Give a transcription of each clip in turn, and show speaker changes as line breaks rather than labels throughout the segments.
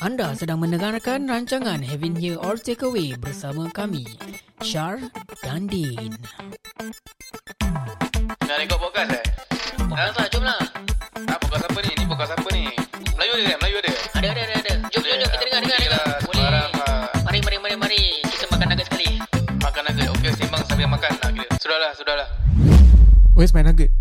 Anda sedang mendengarkan rancangan Having Here or Takeaway bersama kami, Shar dan Din.
Nak rekod podcast eh?
Dah tak, jom lah.
Ah, podcast apa ni? Ni podcast apa ni? Melayu ada kan? Melayu ada?
Ada, ada, ada, ada. Jom, jom, jom. Kita dengar, dengar, dengar. Boleh.
Sebarang ah,
Mari, mari, mari, mari. Kita makan nugget sekali.
makan nugget. Okey, sembang sambil makan lah kira. Sudahlah, sudahlah.
Where's my nugget?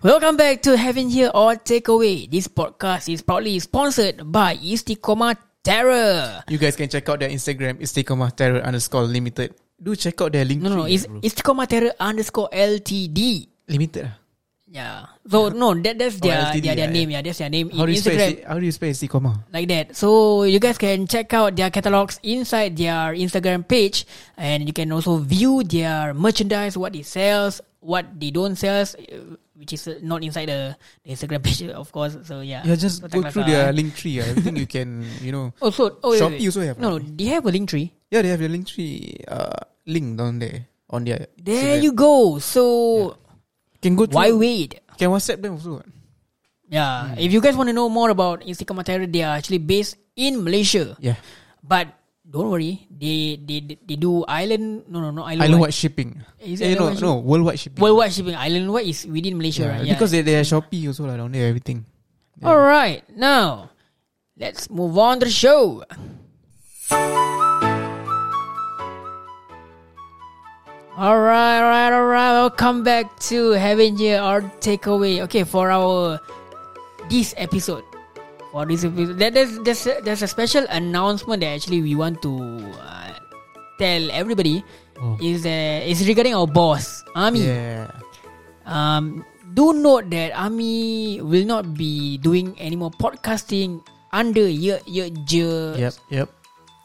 Welcome back to Having Here or Takeaway. This podcast is proudly sponsored by Istiqomah Terror.
You guys can check out their Instagram. It's Tekoma Terror underscore limited. Do check out their link.
No, no, no.
tree,
It's
bro.
Istiqomah Terror underscore LTD.
limited. ah?
Yeah. Ya. So no, that that's
Oh,
their
LTD,
their, their
yeah,
name. Yeah, that's their name
How do
in
you spell?
Instagram. Uh,
Esti- How do you spell Tekoma?
Like that. So you guys can check out their catalogs inside their Instagram page and you can also view their merchandise, what they sells, what they don't sells, uh, which is uh, not inside the, the Instagram page, of course. So yeah.
Yeah, just
Contact
go
us,
through
ah.
their link tree. ah. I think you can, you know.
Oh, so, oh, wait,
Shopee
wait, wait.
also have,
No, no, they have a link tree.
Yeah, they have their link tree uh, link down there on their.
There you go. So
can go. Through, Hmm.
why wait?
Can WhatsApp them also. what?
Yeah. If you guys want to know more about Instagram Terror, they are actually based in Malaysia.
Yeah.
But don't worry, they they they they do island no no no island,
Island-wide shipping.
Is
Eh, no,
island-wide
no, worldwide shipping.
worldwide shipping. Island wide is within Malaysia,
Yeah,
right? Yeah.
Because they they have Shopee also lah down there everything.
all right now, let's move on to the show. All right, all right, all right. Welcome back to having here our takeaway. Okay, for our this episode. For this episode, there- there's there's a, there's a special announcement that actually we want to uh, tell everybody
Oh.
is that is regarding our boss Ami.
Yeah.
Um, do note that Ami will not be doing any more podcasting under your your je
Yep. Yep.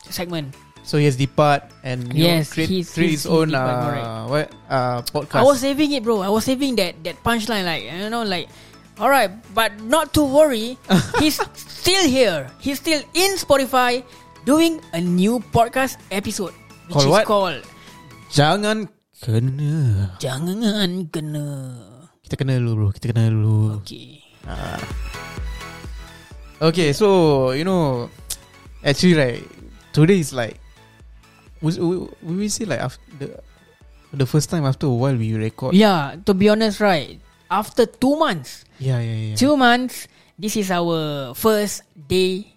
segment.
So he has depart and you know,
Yes,
create,
he's-
create
he's-
his own
he's depart,
uh,
correct.
what uh, podcast.
I was saving it, bro. I was saving that that punchline, like you know, like. All right, but not to worry. he's still here. He's still in Spotify, doing a new podcast episode, which
Called
is
what?
called
Jangan kena.
"Jangan Kena."
Kita kena dulu bro. Kita kena dulu.
Okay.
Okay, so you know, actually like today is like, was we, we say like after the, the first time after a while we record.
Yeah, to be honest, right? After two months,
yeah, yeah. yeah.
two months. This is our first day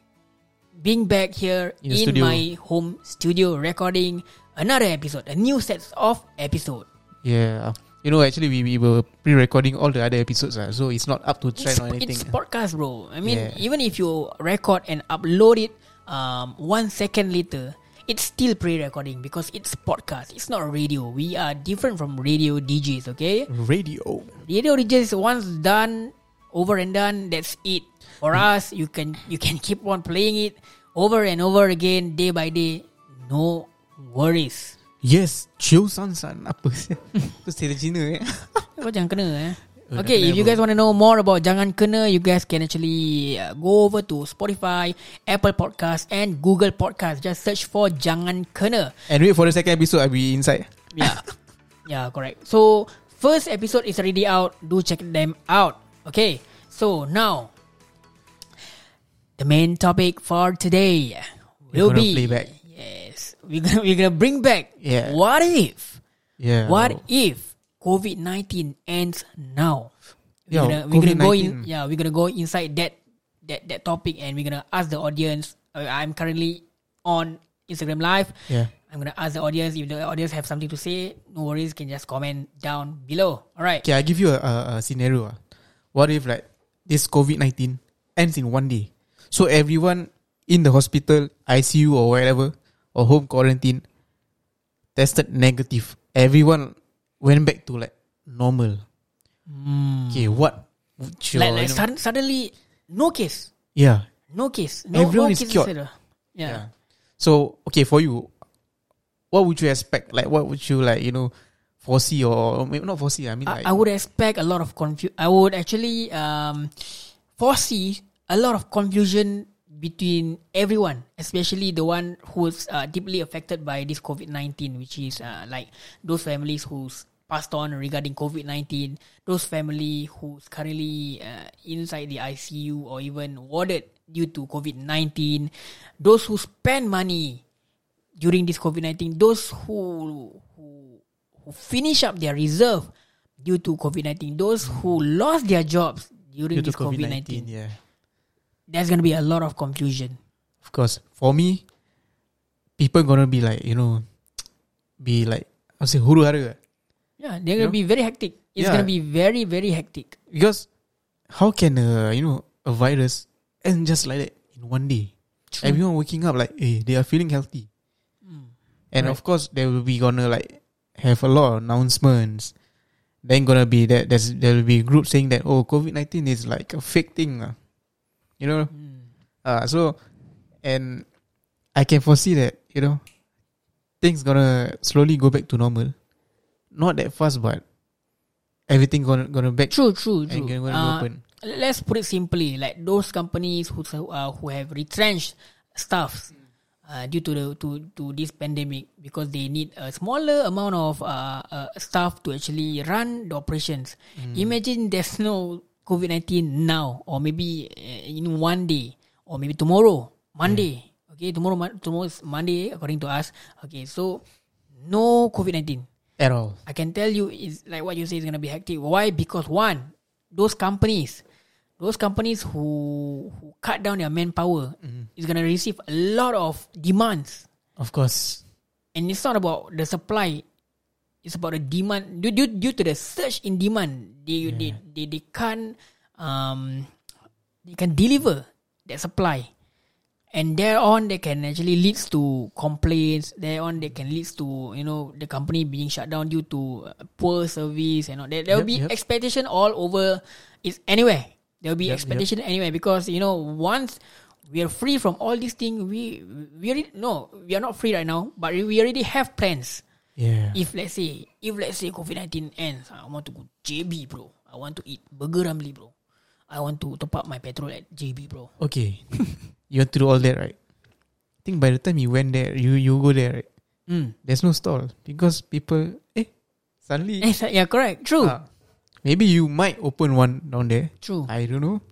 being back here
In the
in,
studio.
my home studio recording another episode, a new set of episode.
Yeah. You know, actually we, we were pre-recording all the other episodes, ah, so it's not up to trend
It's,
or anything.
it's podcast, bro. I mean,
Yeah.
even if you record and upload it um, one second later, it's still pre-recording because it's podcast. It's not radio. We are different from radio DJs, okay?
Radio.
Radio DJs once done, over and done, that's it. For
Hmm.
us, you can you can keep on playing it over and over again, day by day. No worries.
Yes, Chiu San San apa sih? Terus cerita Cina eh.
Kau jangan kena eh.
Oh,
Okay, if
jangan kena,
you
bro.
guys want to know more about Jangan Kena, you guys can actually uh, go over to Spotify, Apple Podcast, and Google Podcast. Just search for Jangan Kena.
And wait for the second episode, I'll be inside.
Yeah. yeah, correct. So, first episode is already out. Do check them out. Okay. So, now the main topic for today will
We're gonna
be
play back.
Yes. We're going to we're going to bring back
Yeah.
what if?
Yeah.
What if COVID-19 ends now? We're
Yeah,
gonna, we're gonna go in
COVID-19.
yeah, we're going to go inside that that that topic and we're going to ask the audience uh, I'm currently on Instagram live.
Yeah.
I'm gonna ask the audience if the audience have something to say. No worries, can just comment down below. All right.
Okay, I give you a, a, a scenario. ah. What if like this COVID nineteen ends in one day? So everyone in the hospital, ICU or wherever, or home quarantine, tested negative. Everyone went back to like normal. Okay, what? would your,
like like
you know-
sudden, suddenly, no case,
yeah,
no case, no,
Everyone
no
is
case
cured.
etc. Yeah.
Yeah. So okay, for you, what would you expect? Like, what would you like? You know, foresee or maybe not foresee. I mean, like,
I, I would expect a lot of confusion. I would actually um, foresee a lot of confusion between everyone, especially the one who's uh, deeply affected by this COVID nineteen, which is uh, like those families whose passed on regarding COVID nineteen, those family who's currently uh, inside the ICU or even warded due to COVID nineteen, those who spend money during this COVID nineteen, those who who who finish up their reserve due to COVID nineteen, those who lost their jobs during
Due to
this COVID nineteen,
COVID-19, yeah.
there's gonna be a lot of confusion.
Of course, for me, people gonna be like, you know, be like, I say huru hara.
Yeah, they're gonna
You know?
be very hectic. It's
Yeah.
gonna be very very hectic.
Because how can a you know a virus end just like that in one day? Everyone waking up like, hey, they are feeling healthy,
Mm.
and of course there will be gonna like have a lot of announcements. Then gonna be that there's there will be group saying that oh COVID nineteen is like a fake thing, ah." you know.
Mm.
Uh, so, and I can foresee that you know things gonna slowly go back to normal, not that fast, but everything gonna gonna back
True, true,
and
true.
gonna
Uh,
open.
let's put it simply, like those companies who uh, who have retrenched staffs uh, due to the to to this pandemic because they need a smaller amount of uh, uh, staff to actually run the operations.
Hmm.
Imagine there's no COVID nineteen now, or maybe uh, in one day, or maybe tomorrow, Monday. Okay, tomorrow mon- tomorrow is Monday according to us. Okay, so no COVID nineteen.
at all.
I can tell you is like what you say is gonna be hectic. Why? Because one, those companies, those companies who who cut down their manpower is gonna receive a lot of demands,
Of course,
and it's not about the supply. It's about the demand due, due, due to the surge in demand. They they, they they can't um they can deliver that supply, and thereon they can actually leads to complaints. Thereon they can leads to you know the company being shut down due to uh, poor service and all that. There will be
Yep, yep.
expectation all over. It's anywhere there will be
Yep, yep.
expectation anywhere because you know once we are free from all these things, we we already, no we are not free right now, but we already have plans
yeah.
if let's say if let's say COVID nineteen ends, I want to go JB, bro. I want to eat burger Ramly, bro. I want to top up my petrol at JB, bro.
okay, you want to do all that, right? I think by the time you went there, you you go there, right?
Mm.
There's no stall because people, eh, suddenly,
Yes, yeah, correct. True,
ah, maybe you might open one down there.
true.
I don't know.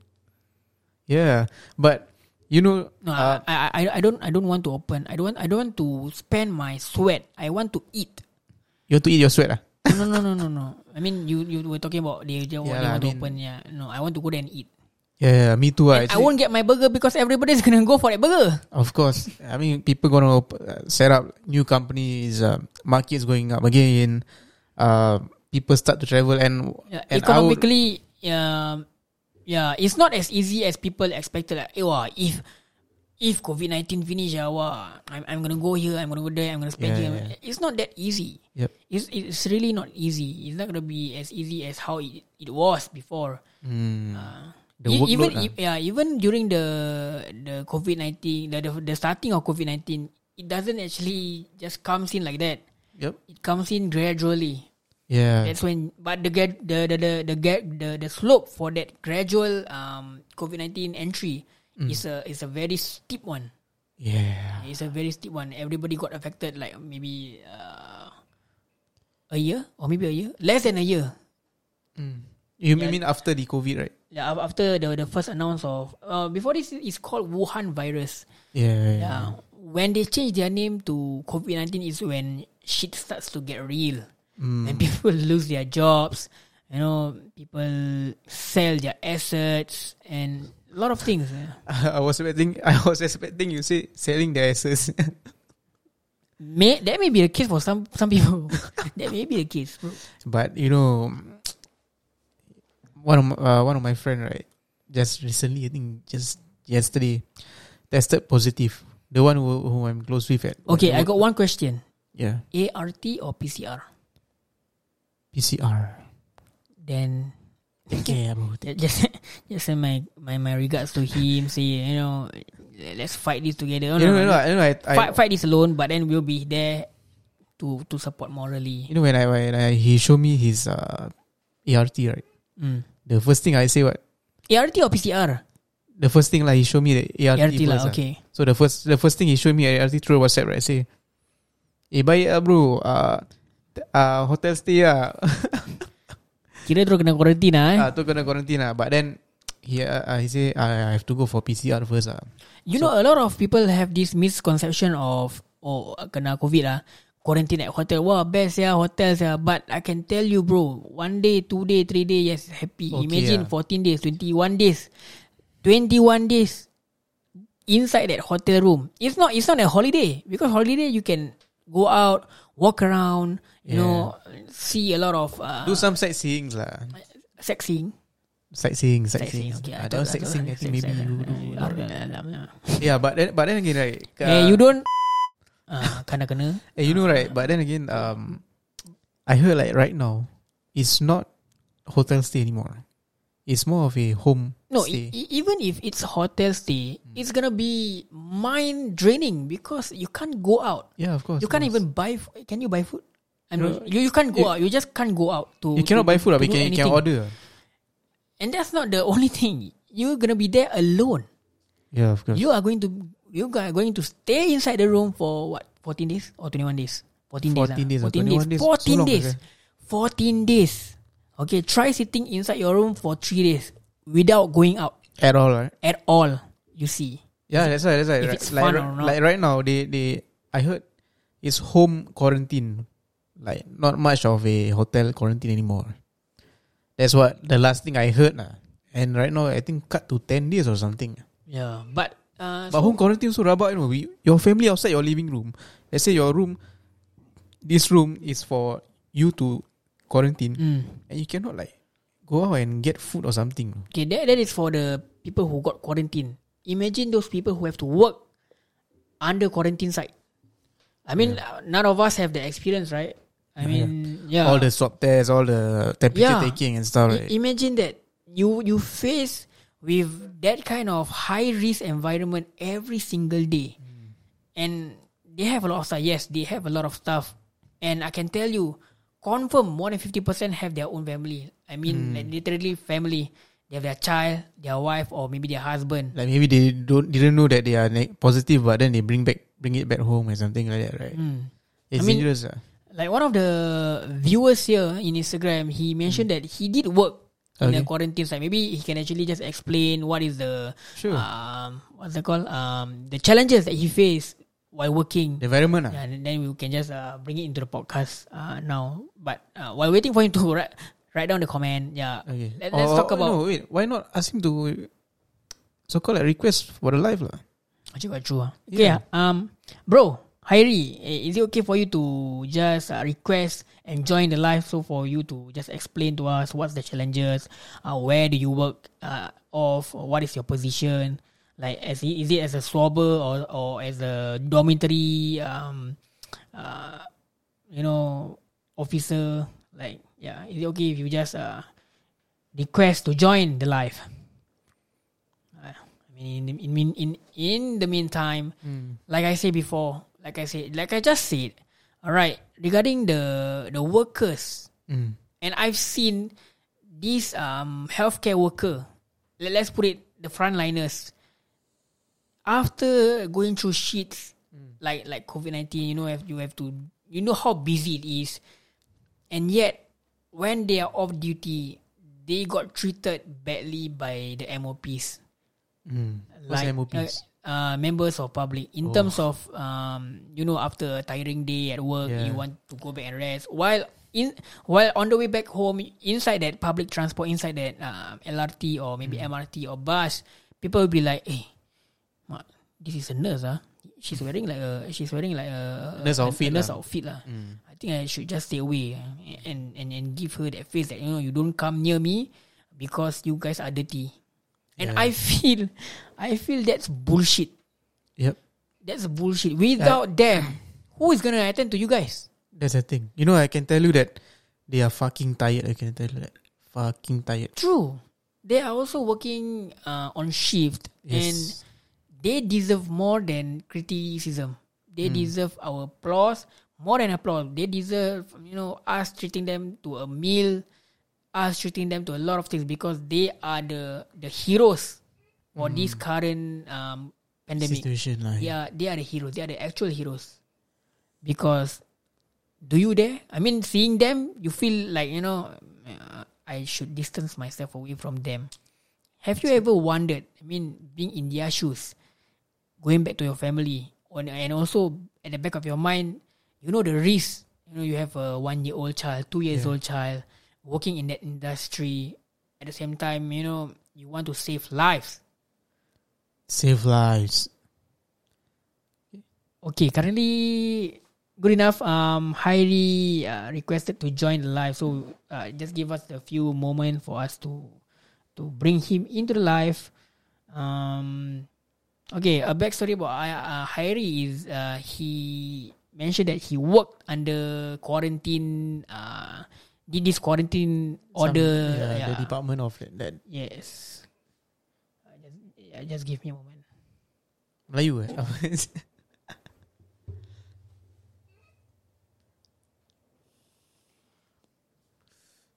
Yeah, but you know,
no,
uh,
I, I, I, I don't, I don't want to open. I don't, want, I don't want to spend my sweat. I want to eat.
you have to eat your sweat, ah.
No, no, no, no, no. I mean, you, you were talking about they, they,
Yeah
they
lah,
want
I
to
mean-
open. Yeah, no, I want to go there and eat.
Yeah, me too.
And
ah.
I
Actually,
won't get my burger because everybody's gonna go for that burger.
Of course, I mean people gonna op- uh, set up new companies. Uh, markets going up again. Uh, people start to travel and
Yeah,
and I would-
economically, um, yeah, it's not as easy as people expected. Like, eh, wah, if if COVID nineteen finish, ah, wah, I'm I'm gonna go here, I'm gonna go there, I'm gonna spend
Yeah,
here.
yeah,
It's not that easy.
Yep.
It's it's really not easy. It's not gonna be as easy as how it, it was before. Uh,
Hmm. The
e- even e-
workload
yeah, even during the the COVID nineteen, the, the the starting of COVID nineteen, it doesn't actually just comes in like that.
Yep.
It comes in gradually.
Yeah.
That's when, but the get the the the the get the, the slope for that gradual um COVID nineteen entry
Mm.
is a is a very steep one.
Yeah.
It's a very steep one. Everybody got affected, like maybe uh, a year or maybe a year, less than a year.
You mean after the COVID, right?
Yeah, af- after the the first announce of uh, before this is called Wuhan virus.
Yeah.
Yeah, when they change their name to COVID nineteen is when shit starts to get real, and people lose their jobs. You know, people sell their assets and a lot of things. yeah.
I was expecting. I was expecting you say selling the assets.
May that may be the case for some some people. that may be the case.
But you know, one of my, uh, one of my friend right, just recently I think just yesterday, tested positive. The one who, who I'm close with at
Okay, I got one question:
yeah
ART or PCR?
PCR.
Then
Okay, bro.
that just just send my, my my regards to him. Say you know, let's fight this together. No,
You know,
no,
you know, I, you know, I, I,
fight, fight this alone, but then we'll be there to to support morally.
you know when I when I, he showed me his uh, ERT right.
Mm.
The first thing I say what
ART or PCR?
the first thing like he showed me the ART,
ART
first,
lah,
ah.
okay.
So the first the first thing he showed me ART through WhatsApp right. I say, eh baik ah uh, bro, uh, uh, hotel stay lah.
Kira terus kena quarantine lah eh.
Ah, tu kena quarantine lah. But then he uh, he say I I have to go for PCR first lah.
You know, a lot of people have this misconception of oh kena COVID lah. Quarantine at hotel. Wah, best ya hotel ya. But I can tell you bro, one day, two day, three day, yes, happy.
Okay,
Imagine
ah.
14 days, 21 days. 21 days inside that hotel room. It's not it's not a holiday because holiday you can go out, walk around, you
Yeah.
know, see a lot of uh,
Do some sightseeing lah.
sightseeing.
Sightseeing,
Sightseeing,
sightseeing.
okay. I
Ah, that
thought-
was sightseeing. I think maybe you do. Yeah, but then but then again, right?
Eh,
uh,
you don't uh, kena kena.
Eh, you know right, but then again, um, I heard like right now, it's not hotel stay anymore. It's more of a home
No, e-
stay.
e- even if it's hotel stay,
Hmm.
it's gonna be mind draining because you can't go out.
yeah, of course.
You
of
can't
course.
even buy. F- can you buy food? I
No,
mean, you you can't go
you-
out. You just can't go out to.
You cannot
to-
buy food, lah,
to
but you
do
can, you can
anything.
order.
And that's not the only thing. You're gonna be there alone.
Yeah, of course.
You are going to you are going to stay inside the room for what? 14 days or 21 days? 14 days.
14
ah.
days or
14 days.
21 days.
14
So long, eh?
days.
okay.
14 days. Okay, try sitting inside your room for 3 days without going out
At all, right?
at all. You see.
Yeah, that's right. That's right.
If
Right,
it's
like,
fun
ri-
or not.
like right now, they they I heard it's home quarantine, like not much of a hotel quarantine anymore. That's what the last thing I heard, lah. And right now, I think cut to ten days or something.
Yeah, but uh,
But
so-
home quarantine so rabak, you know. We, your family outside your living room. Let's say your room, this room is for you to quarantine,
Mm.
and you cannot like go out and get food or something.
okay, that that is for the people who got quarantine. Imagine those people who have to work under quarantine site. I mean, uh, none of us have the experience, right? I mean, yeah,
All the swab tests, all the temperature
Yeah.
taking and stuff.
I-
Right?
imagine that you you face with that kind of high risk environment every single day, and they have a lot of stuff. Yes, they have a lot of stuff, and I can tell you, confirm more than fifty percent have their own family. I mean, like literally family. They have their child, their wife, or maybe their husband.
Like maybe they don't didn't know that they are neg- positive, but then they bring back bring it back home or something like that, right?
Mm. I
It's
mean-
dangerous. ah.
Like one of the viewers here in Instagram, he mentioned that he did work in a
Hmm. Okay.
quarantine site. Maybe he can actually just explain what is the
Sure.
um what's that called um the challenges that he faced while working.
The environment, ah.
Yeah, and then we can just uh, bring it into the podcast uh, now. But uh, while waiting for him to write, write down the comment, yeah.
Okay.
Let, us
Or-
talk about.
No, wait. Why not ask him to so called like request for the life, lah?
Actually quite true. ah. Okay, ah, um, bro, Hairi, eh, is it okay for you to just uh, request and join the live so for you to just explain to us what's the challenges, uh, where do you work uh, off, or what is your position, like as i- is it as a swabber or or as a dormitory, um, uh, you know, officer, like yeah, is it okay if you just uh request to join the live? I mean, in in in in the meantime, like I said before, like I said, like I just said, all right, regarding the the workers,
Mm.
and I've seen these um healthcare worker, let, let's put it the frontliners, after going through shits
Mm.
like like COVID nineteen, you know, have you have to you know how busy it is, and yet when they are off duty, they got treated badly by the MOPs
Mm. What's
like uh,
MOPs?
uh, members of public
Oh.
in terms of um you know after a tiring day at work
Yeah.
you want to go back and rest while in while on the way back home inside that public transport inside that um, LRT or maybe
Hmm.
MRT or bus people will be like hey ma, this is a nurse ah she's wearing like a she's wearing like a
Nurse
a- a
outfit
nurse
lah. Hmm.
outfit lah I think I should just stay away ah, and and and give her that face that you know you don't come near me because you guys are dirty and I feel, I feel that's bullshit.
Yep.
That's bullshit. Without them, who is gonna attend to you guys?
That's the thing. You know, I can tell you that they are fucking tired. I can tell you that. Fucking tired.
True, they are also working uh, on shift, and
Yes.
they deserve more than criticism. They deserve our applause more than applause. They deserve, you know, us treating them to a meal, us treating them to a lot of things because they are the the heroes for this current um, pandemic.
situation. Like.
they are they are the heroes. They are the actual heroes because do you dare? I mean, seeing them, you feel like you know, uh, I should distance myself away from them. Have you ever wondered? I mean, being in their shoes, going back to your family, on, and also at the back of your mind, you know the risk. You know, you have a one-year-old child, two years old child, working in that industry. At the same time, you know, you want to save lives.
Save lives.
Okay, currently good enough. Um, Hairi uh, requested to join the live, so uh, just give us a few moments for us to to bring him into the live. Um, okay, a backstory about uh, Hairi is uh, he mentioned that he worked under quarantine. Uh, did this quarantine
Some-
order?
yeah, the
yeah.
department of that, that
Yes. Uh, just, yeah, just give me a moment.
Melayu eh?
Oh.
Apa?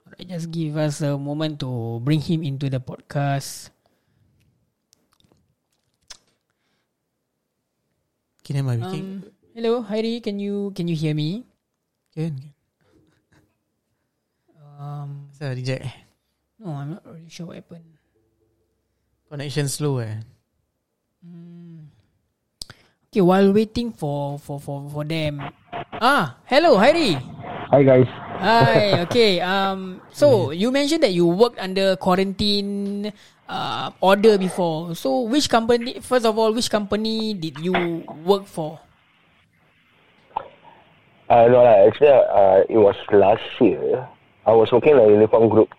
Alright, just give us a moment to bring him into the podcast.
okay, never mind. We can,
Um, hello, Heidi. Can you can you hear me?
can, can.
Um,
Asal reject eh?
no, I'm not really sure what happened.
Connection slow eh?
Okay, while waiting for for for for them. Ah, hello, Heidi.
Hi guys.
Hi. Okay. Um. So you mentioned that you worked under quarantine uh order before. So which company? First of all, which company did you work for?
Uh, no lah, actually uh, it was last year. I was working in a uniform group.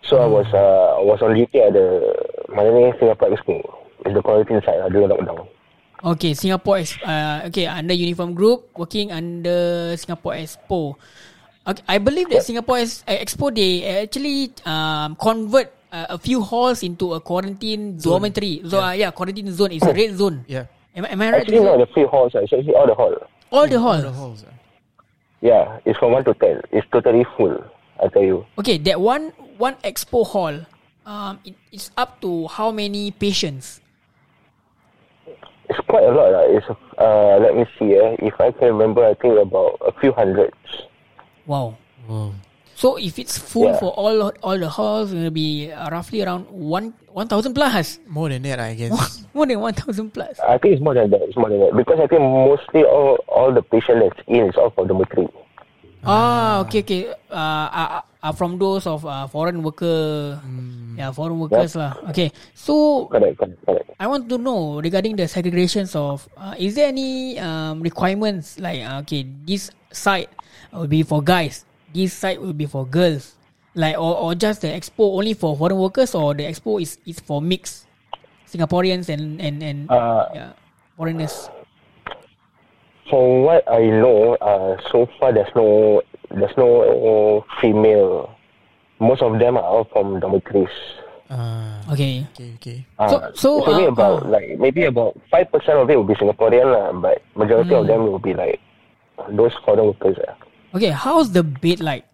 So I was uh, I was on duty at the mana ni Singapore Expo. It's the quarantine site uh, during lockdown.
Okay, Singapore Ex- uh, okay, under Uniform Group, working under Singapore Expo. Okay, I believe that Singapore Ex- uh, Expo they actually um, convert uh, a few halls into a quarantine dormitory. So yeah. Uh, yeah, quarantine zone is a red zone.
Yeah.
Am, am I right?
Actually not the free halls, uh, it's actually all the hall.
All the halls.
The halls eh?
Yeah, it's from 1 to 10. It's totally full, I tell you.
Okay, that one one expo hall. Um, it, it's up to how many patients?
It's quite a lot lah. It's uh, let me see eh. If I can remember, I think about a few hundreds.
Wow.
Wow.
So if it's full
Yeah.
for all all the halls, it'll be uh, roughly around one one thousand plus.
More than that I guess.
More than one thousand plus.
I think it's more than that. It's more than that because I think mostly all all the patient that's in is all for dormitory.
Ah, okay, okay. Uh, are, are from those of uh, foreign worker, yeah, foreign workers lah. Okay, so
Correct, correct, correct.
I want to know regarding the segregations of, uh, is there any um, requirements like uh, okay, this side will be for guys, this side will be for girls, like or, or just the expo only for foreign workers or the expo is is for mix, Singaporeans and and and
Uh,
yeah, foreigners.
From what I know, uh, so far there's no there's no female. Most of them are all from dormitories.
Ah,
Okay.
okay, okay.
Uh,
So- so,
it's only
uh,
about
uh,
like maybe about five percent of it will be Singaporean lah, but majority
Hmm.
of them will be like those foreign workers. ah.
Okay, how's the bed like?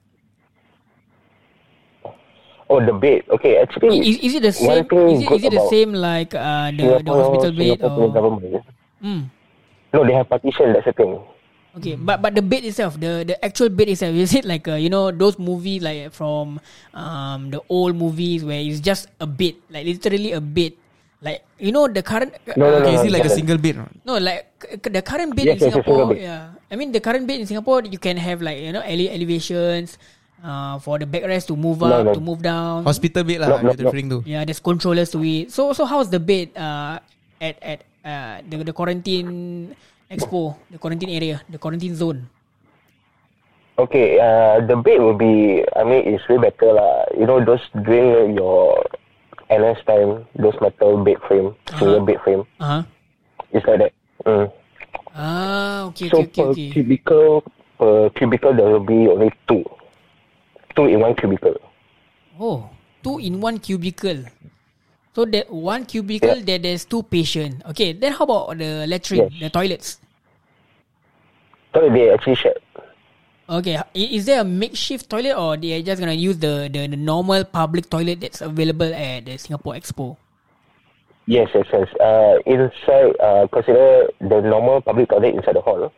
Oh, the bed. Okay, actually,
Is, is it the
one
same?
thing
Is it, is
good
it the
about
same like uh, the, the
Singapore,
hospital bed
Singapore punya
or?
government.
Mm.
No, they have partition. That's the thing.
Okay, but but the bed itself, the the actual bed itself, is it like uh, you know those movies like from um the old movies where it's just a bed, like literally a bed, like you know the current
No,
uh,
no,
Okay, is it like a
okay.
single bed? or not?
no like c- c- the current bed in
Yes, yes, yes,
Singapore,
single bed.
yeah. I mean the current bed in Singapore, you can have like you know ele- elevations, uh for the backrest to move
No,
up
no.
to move down.
Hospital bed lah
No, no,
you're
no.
referring to.
Yeah, there's controllers to it. So so how's the bed uh at at uh the, the quarantine expo, the quarantine area, the quarantine zone?
Okay, uh, the bed will be, I mean, it's way better lah. You know, those during your NS time, those metal bed frame, single bed frame,
Uh-huh.
it's like that. Mm.
Ah, okay,
So
okay, okay,
per
okay.
cubicle, per cubicle there will be only two. Two in one cubicle.
Oh, two in one cubicle. So that one cubicle there there's two patient. Okay, then how about the latrine, the toilets?
So they actually shared.
Okay, i- is there a makeshift toilet or they are just gonna use the, the, the normal public toilet that's available at the Singapore Expo?
Yes, yes, yes. Uh, inside, uh, consider the normal public toilet inside the hall.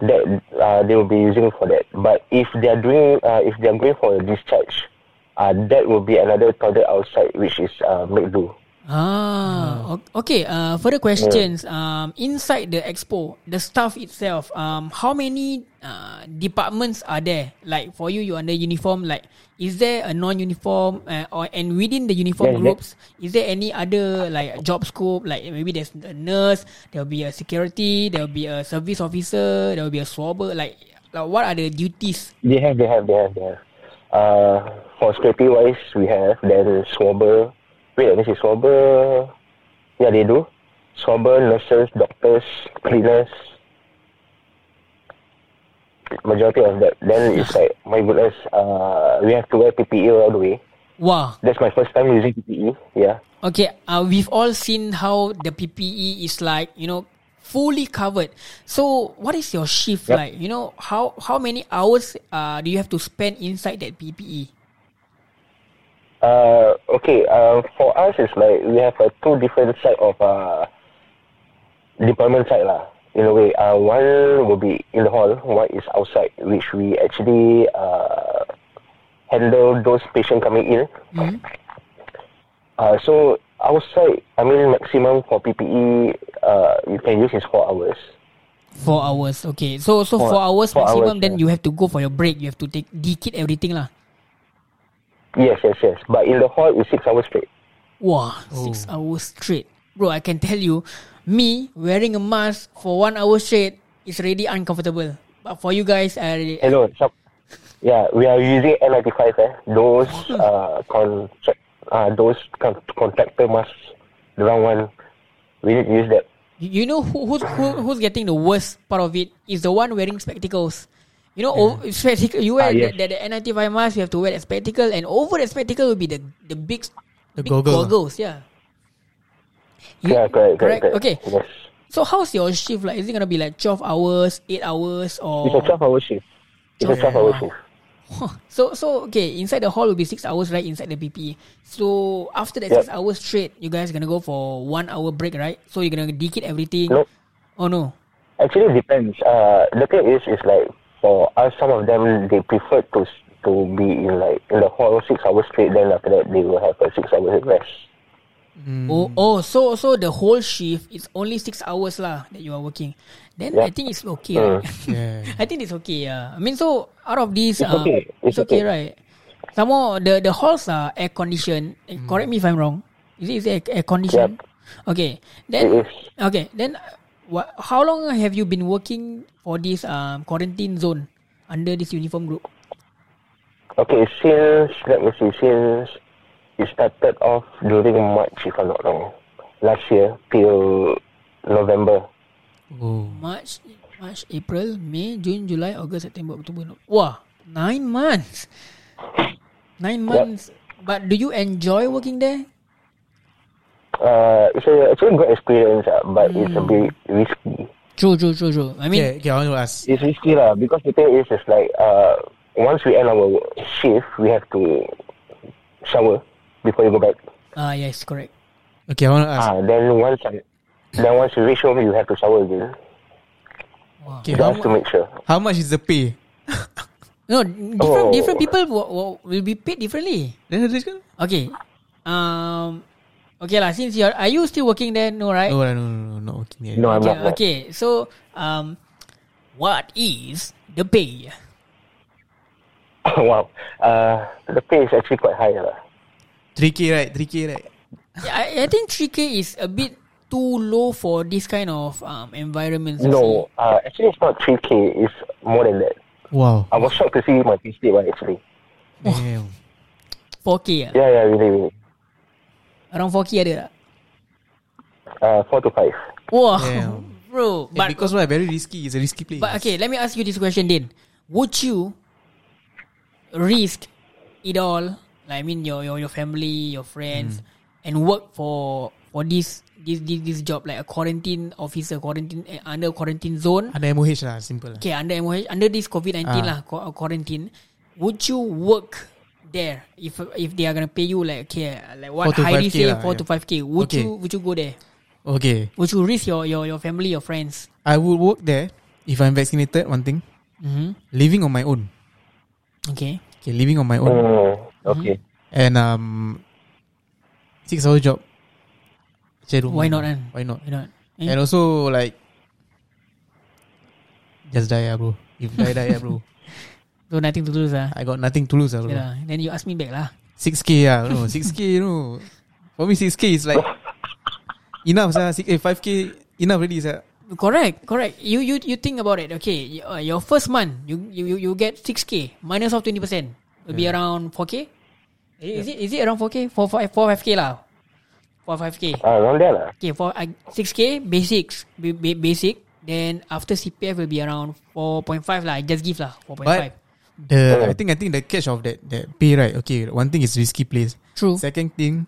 that uh, they will be using for that. But if they are doing, uh, if they are going for a discharge, uh, that will be another toilet outside, which is uh, make do.
Ah, o- okay. Uh, further questions. Um, inside the expo, the staff itself. Um, how many uh departments are there? Like for you, you under uniform. Like, is there a non-uniform uh, or and within the uniform
Yeah, yeah.
groups, is there any other like job scope? Like maybe there's a nurse, there'll be a security, there'll be a service officer, there'll be a swabber. Like, like what are the duties?
They have, they have, they have, they have. Uh, for scrapy wise, we have then swabber. Wait, this is swabber. Yeah, they do. Swabber, nurses, doctors, cleaners. Majority of that. Then it's like, my goodness, uh, we have to wear PPE all the way.
Wow.
That's my first time using PPE. Yeah.
Okay, uh, we've all seen how the PPE is like, you know, fully covered. So, what is your shift
Yep.
like? You know, how how many hours uh, do you have to spend inside that E? PPE?
Uh, okay, uh, for us it's like we have uh, two different side of uh, deployment side lah. In a way, uh, one will be in the hall, one is outside, which we actually uh, handle those patient coming in. Uh, so outside, I mean maximum for PPE, uh, you can use is four hours.
Four hours. Okay, so so four,
Four-
hours
four
maximum.
hours,
then
yeah.
you have to go for your break. You have to take dekit everything lah.
Yes, yes, yes. But in the hall, it's six hours straight.
Wow, six hours straight, bro. I can tell you, me wearing a mask for one hour straight is really uncomfortable. But for you guys, I really,
Hello, shop. Yeah, we are using N95 eh. Those
Hmm.
uh, contract, uh, those con- contractor masks, the wrong one. We need to use that.
You you know who, who's who, who's getting the worst part of it is the one wearing spectacles. You know, o- spectacle, you wear
Ah, yes.
the, the, the N95 mask, you have to wear a spectacle, and over the spectacle will be the the big,
The
big
goggle.
goggles. Yeah. You-
Yeah, correct, correct, correct.
Okay.
Yes.
So how's your shift like? Is it gonna be like twelve hours, eight hours,
It's a
or
12 hour shift. It's
Oh.
a 12 hour shift.
so? So okay, inside the hall will be six hours, right? Inside the PPE. So after that
Yeah.
six hours straight, you guys gonna go for one hour break, right? So you're gonna dekit everything.
Nope.
Oh no.
Actually, it depends. Uh, the thing is, is like for us, some of them they prefer to s- to be in like in the whole six hours straight. Then after that, they will have a six hours rest. Mm.
Oh, oh, so so the whole shift is only six hours lah that you are working. Then I
Yeah. Mm.
think it's okay. right?
Yeah.
I think it's okay. Yeah. I mean, so out of these,
It's
uh,
okay.
it's
It's
okay,
okay.
right? Some more the the halls are air conditioned. Eh, Correct me if I'm wrong. Is it, is it air conditioned? Okay. Then
It is.
okay. Then uh, what? How long have you been working for this um quarantine zone under this uniform group?
Okay, since let me see, since it started off during March, if I'm not wrong, last year till November.
Oh.
March, March, April, May, June, July, August, September, October. No. Wah, nine months. Nine months. But do you enjoy working there?
Uh, it's a actually good experience, uh, but it's a bit risky.
True, true, true, true. I mean,
Okay, okay, I want to ask.
It's risky lah because the thing is, it's like uh, once we end our shift, we have to shower before you go back.
ah, yes, correct.
Okay, I want to ask.
Uh, then once I, then once you reach home, you have to shower again.
Okay, how,
Just to
mu-
make sure.
how much is the pay?
No, different
Oh.
different people wo- wo- will be paid differently.
Then this kan?
Okay. Um. Okay lah. Since you're, are you still working there? No, right?
No, no, no, no, not working yet.
No, I'm
okay,
not. not.
okay. So, um, what is the pay?
wow. Uh, the pay is actually quite high lah.
3K right, 3K right.
Yeah, I, I think 3K is a bit too low for this kind of um, environments. you
No, uh, actually it's not 3K, it's more than that.
Wow.
I was shocked to see my PC one actually.
Damn.
see. 4K ah.
Yeah, yeah, really, really.
Around 4K ada tak?
Uh, 4 to 5.
Wow,
Damn.
bro.
But
But,
because why very risky, it's a risky play.
but okay, let me ask you this question then. Would you risk it all, like, I mean your, your, your family, your friends, and work for for this, this this this job like a quarantine officer, quarantine eh, under quarantine zone?
Under MOH lah, simple lah.
Okay, under MOH, under this COVID
Ah.
nineteen lah qu- uh, quarantine, would you work there if if they are gonna pay you like okay like what
4 to
Heidi
5K
say
lah,
four to
yeah.
five k? Would
Okay.
you would you go there?
Okay.
Would you risk your your your family your friends?
I would work there if I'm vaccinated, one thing,
Mm-hmm.
living on my own.
Okay.
Okay, living on my own.
Mm, okay.
And um six hour job. Actually, I don't
Why
mind.
not? Kan?
Why not?
Why not? Eh?
And also like just die ah bro. If die die ah bro.
So nothing to lose ah.
I got nothing to lose ah bro.
Yeah. Then you ask me back lah.
Six K ah no six K no. For me six K is like enough sah. Six five K enough already sah.
Correct, correct. You you you think about it. Okay, y- uh, your first month you you you, you get six k minus of twenty percent will be around four k. Is it is it around four k? Four four four five k lah. Four five k.
Ah, around there lah.
Okay, for uh, six k basics ba- ba- basic. Then after CPF will be around four point five lah. I just give lah four point five.
But the I think I think the catch of that that pay right. Okay, one thing is risky place.
True.
Second thing,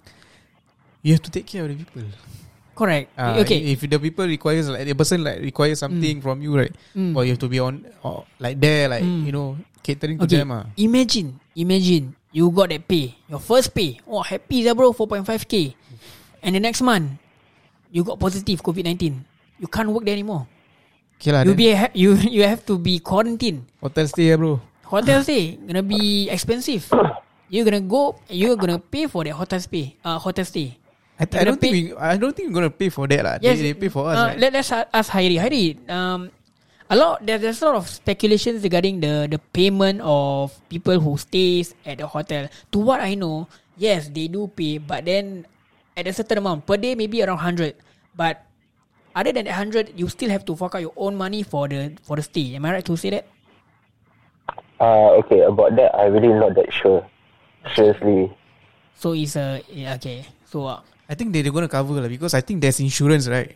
you have to take care of the people.
Correct.
Ah,
Eh, okay.
If the people requires like the person like requires something from you right,
Mm.
or you have to be on or like there like you know catering to
Okay.
them ah.
Imagine, imagine you got that pay, your first pay. Oh, happy dah bro, 4.5k. And the next month, you got positive COVID-19. You can't work there anymore.
Okay lah.
You
Then,
be ha- you you have to be quarantined.
hotel stay ah bro.
Hotel stay gonna be expensive. You're gonna go. You're gonna pay for that hotel stay. Uh, hotel stay.
I, I
You're gonna
don't
pay-
think we, I don't think we're gonna pay for that lah.
Yes,
They, they pay for us.
Uh,
right?
let, let's a- ask Hairi. Hairi, um, a lot there, there's a lot of speculations regarding the the payment of people who stays at the hotel. To what I know, yes, they do pay, but then at a certain amount per day, maybe around hundred. But other than that hundred, you still have to fork out your own money for the for the stay. Am I right to say that?
Uh, okay, about that, I really not that sure. Seriously.
So it's a yeah, okay. So uh,
I think they, they're gonna cover lah because I think there's insurance right.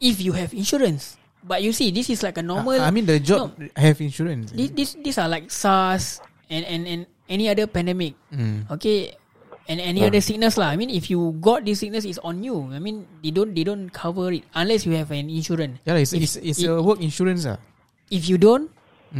if you have insurance, but you see, this is like a normal.
I mean the job
No.
have insurance.
This, this, these are like SARS and, and, and any other pandemic.
Mm.
Okay. And any other sickness lah. I mean, if you got this sickness, it's on you. I mean, they don't they don't cover it unless you have an insurance.
yeah, lah, it's,
if,
it's, it's
if,
a work insurance ah.
if you don't,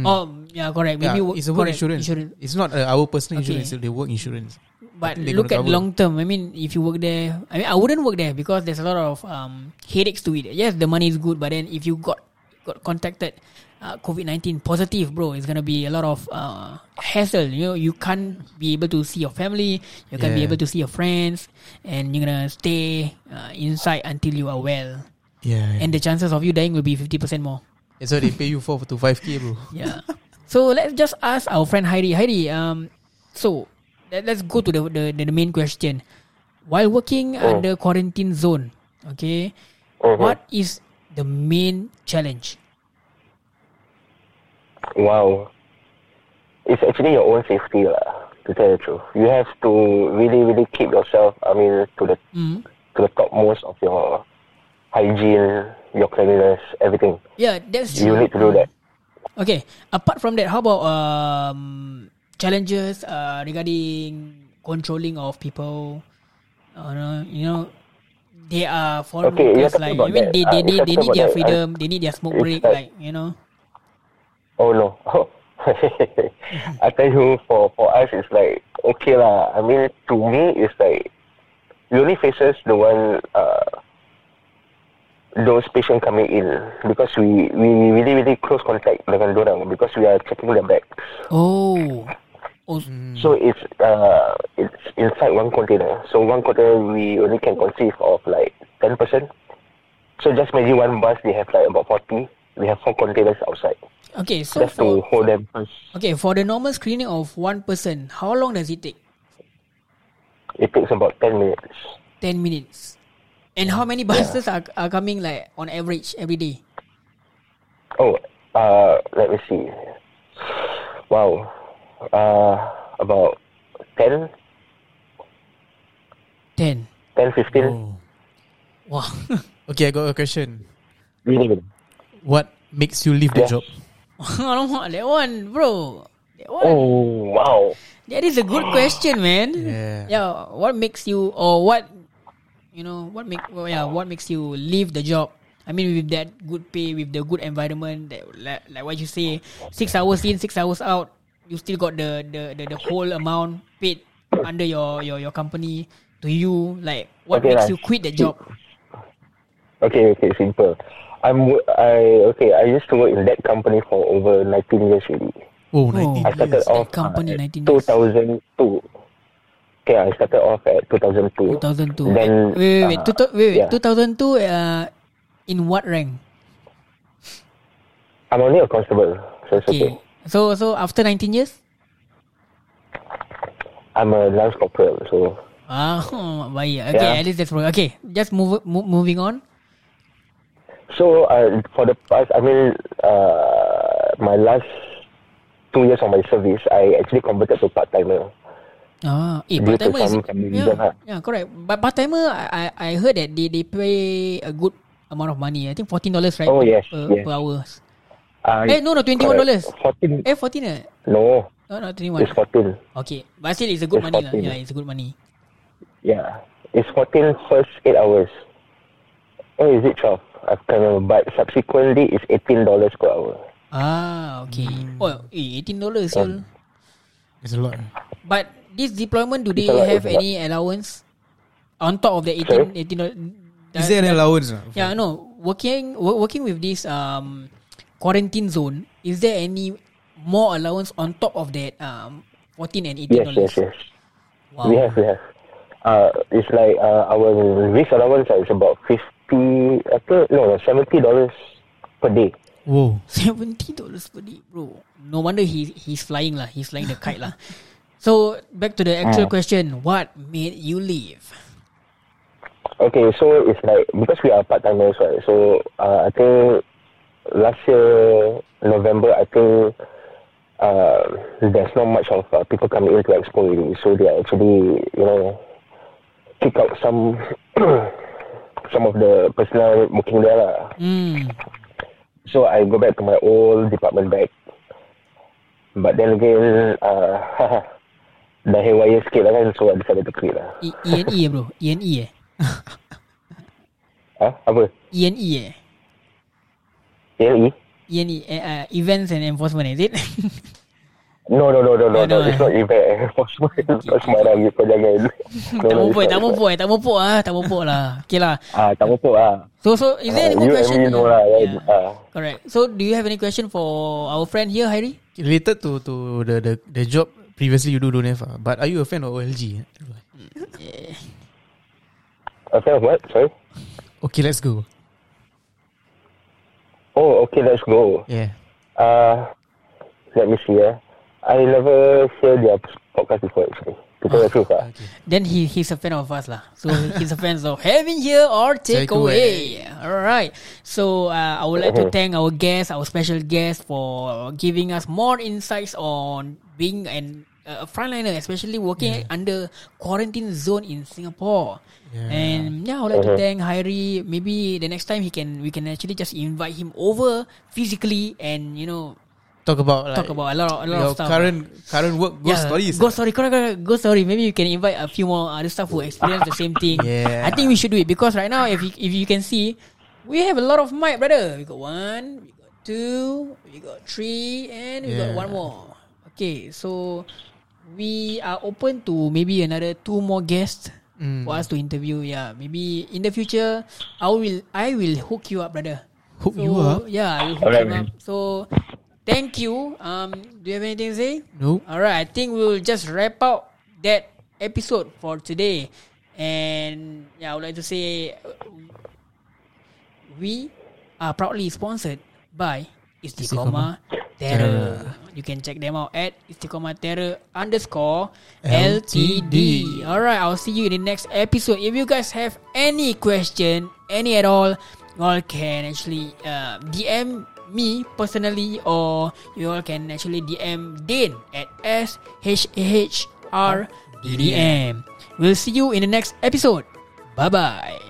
oh yeah, correct.
Mm. Yeah,
Maybe wo-
it's a work
correct,
insurance. It's not uh, our personal
Okay.
insurance. It's the work insurance.
But
think they
look at
gonna cover.
long term. I mean, if you work there, I mean, I wouldn't work there because there's a lot of um, headaches to it. Yes, the money is good, but then if you got got contacted uh, COVID nineteen positive, bro, it's gonna be a lot of uh, hassle. You know, you can't be able to see your family. You can't be
Yeah.
able to see your friends, and you're gonna stay uh, inside until you are well.
Yeah,
And the chances of you dying will be fifty percent more.
that's why they pay you four to five k, bro.
Yeah. so let's just ask our friend Heidi. Heidi, um, so let, let's go to the, the the the main question. While working
Oh.
under quarantine zone, okay,
Uh-huh.
what is the main challenge?
Wow. It's actually your own safety lah, to tell the truth. You have to really, really keep yourself, I mean, to the
Mm.
to the topmost of your hygiene, your cleanliness, everything.
Yeah, that's
You need to do that.
Okay. Apart from that, how about um challenges uh, regarding controlling of people? Uh, no, you know, they are foreign
Okay, you're
workers.
talking
Like
about
I mean,
that.
they
Uh,
they, they,
you're
they
talking
need their
about that.
freedom. they need their smoke
It's
break. Like
like-
you know.
Oh no. I tell you, for, for us, it's like, okay lah. I mean, to me, it's like, we only faces the one, uh, those patient coming in because we, we really, really close contact dengan dorang because we are checking their bags.
Oh. oh
Hmm. Mm.
So it's, uh, it's inside one container. So one container, we only can conceive of like 10 person. So just maybe one bus, they have like about 40. We have four containers outside.
Okay, so
Just to
for
hold them first.
okay for the normal screening of one person, how long does it take?
It takes about 10 minutes.
Ten minutes. And how many buses are, are coming like on average every day?
Oh, uh, let me see. Wow. Uh, about 10,
Ten.
10, 15.
Oh.
Wow.
Okay, I got a question.
Really good.
What makes you leave the
Yeah.
job?
Alamak, that one, bro. That one.
Oh, wow.
That is a good question, man.
Yeah.
What makes you or what you know what make well, yeah what makes you leave the job? I mean, with that good pay, with the good environment, that like, like what you say, six hours in, six hours out, you still got the the, the, the whole amount paid under your, your your company to you. Like, what
Okay
makes
lah.
you quit the job?
Okay, okay, simple. I'm wo- I okay. I used to work in that company for over 19 years already.
Oh, 19
I
years.
started
that
off
company
uh,
19 years.
2002. Okay, I started off at 2002.
2002. wait, wait,
Then
wait,
uh,
two thou- wait, wait.
yeah.
2002, uh, in what rank?
I'm only a constable, so it's
Okay.
okay.
So, so after 19 years?
I'm a lance corporal, so
Ah, oh, baik. Okay,
Yeah.
at least that's pro- Okay, just move, move, moving on.
so uh, for the past, I mean, uh, my last two years of my service, I actually converted to part timer.
Ah, eh,
Due
part
to
timer is
some family reason
yeah,
lah.
yeah, correct. But part timer, I I I heard that they they pay a good amount of money. I think fourteen dollars right?
Oh, yes,
per,
yes.
per hours.
Uh,
Eh, no, no, $21.
Fourteen?
Eh, fourteen eh?
No,
No, not twenty-one.
it's fourteen.
Okay, but still it's a good
It's
money lah.
14.
Yeah, it's a good money.
Yeah, it's 14 first eight hours. Or is it 12? I can't remember. But subsequently, it's $18 per hour.
Ah, okay.
Hmm.
Oh, eh, eighteen dollars.
Kan.
Yeah.
It's a lot. eh?
But this deployment, do they
It's a lot,
have
it's a lot.
any allowance on top of the
lah, eh, Sorry?
18 eighteen dollars?
Is there an allowance? ah?
Yeah, no. Working wo- working with this um quarantine zone, is there any more allowance on top of that um fourteen and eighteen
Yes,
dollars?
yes, yes.
Wow.
We have, we have. Uh, it's like uh, our risk allowance is about 50, I think, no, no, $70 per day.
Whoa.
Seventy dollars per day, bro. No wonder he he's flying lah. He's flying the kite lah. So back to the actual
Mm.
question: What made you leave?
Okay, so it's like, because we are part timers, right? So uh, I think last year, November, I think uh, there's not much of uh, people coming into Expo really. So they are actually, you know, kick out some some of the personnel working there. lah.
Hmm.
So I go back to my old department back. But then again, uh, dah haywire sikit lah kan, so I decided to quit lah.
E- ENE eh, bro. ENE eh.
Ha? Apa? E?
ENE eh.
ALE?
ENE eh, uh, events and enforcement is it?
No, no, no, no,
Oh,
no,
no,
no. It's
eh.
not event. Enforcement. Kau sembarang je, kau jangan. No,
tak mopok,
no, it's not,
tak
it's not.
mopok, eh, tak mopok ah, tak mopok lah. Okay lah.
Ah, tak mopok lah.
So so is there any more
Uh, you and
question?
me know lah, right?
Yeah.
Ah.
Correct. So do you have any question for our friend here, Harry?
Related to to the the, the job previously you do don't have, ah. but are you a fan of OLG?
A fan of Ah, what? Sorry?
Okay, let's go.
Oh, okay, let's go.
Yeah.
Uh, let me see, eh. I never hear their podcast before, actually. To tell the truth, ah.
Then he he's a fan of us lah. So he's a fan of having here or take
Take away.
away. All right. So uh, I would like to thank our guest, our special guest, for giving us more insights on being an a frontliner, especially working under quarantine zone in Singapore.
Yeah.
And yeah, I would like to thank Hairi. Maybe the next time he can, we can actually just invite him over physically and you know
Talk about like,
talk about a lot, of- a lot
your
of stuff. ah.
current current work ghost stories. ah?
Ghost story, correct, correct. Ghost story. Maybe you can invite a few more other staff who experience the same thing.
Yeah.
I think we should do it because right now, if you, if you can see, we have a lot of mic, brother. We got one, we got two, we got three, and we got
Yeah.
one more. Okay, so we are open to maybe another two more guests
Mm.
for us to interview. Yeah, maybe in the future, I will I will hook you up, brother.
Hook
So,
you up?
Yeah, I will hook
Alright,
you up.
man.
So, thank you. Um, do you have anything to say?
No.
All right, I think we'll just wrap up that episode for today. And yeah, I would like to say uh, we are proudly sponsored by Istiqomah Terror. You can check them out at Istiqomah Terror underscore LTD.
LTD.
All right, I'll see you in the next episode. If you guys have any question, any at all, you all can actually uh, DM me personally, or you all can actually DM Dane at S H H R D D M. We'll see you in the next episode. Bye bye.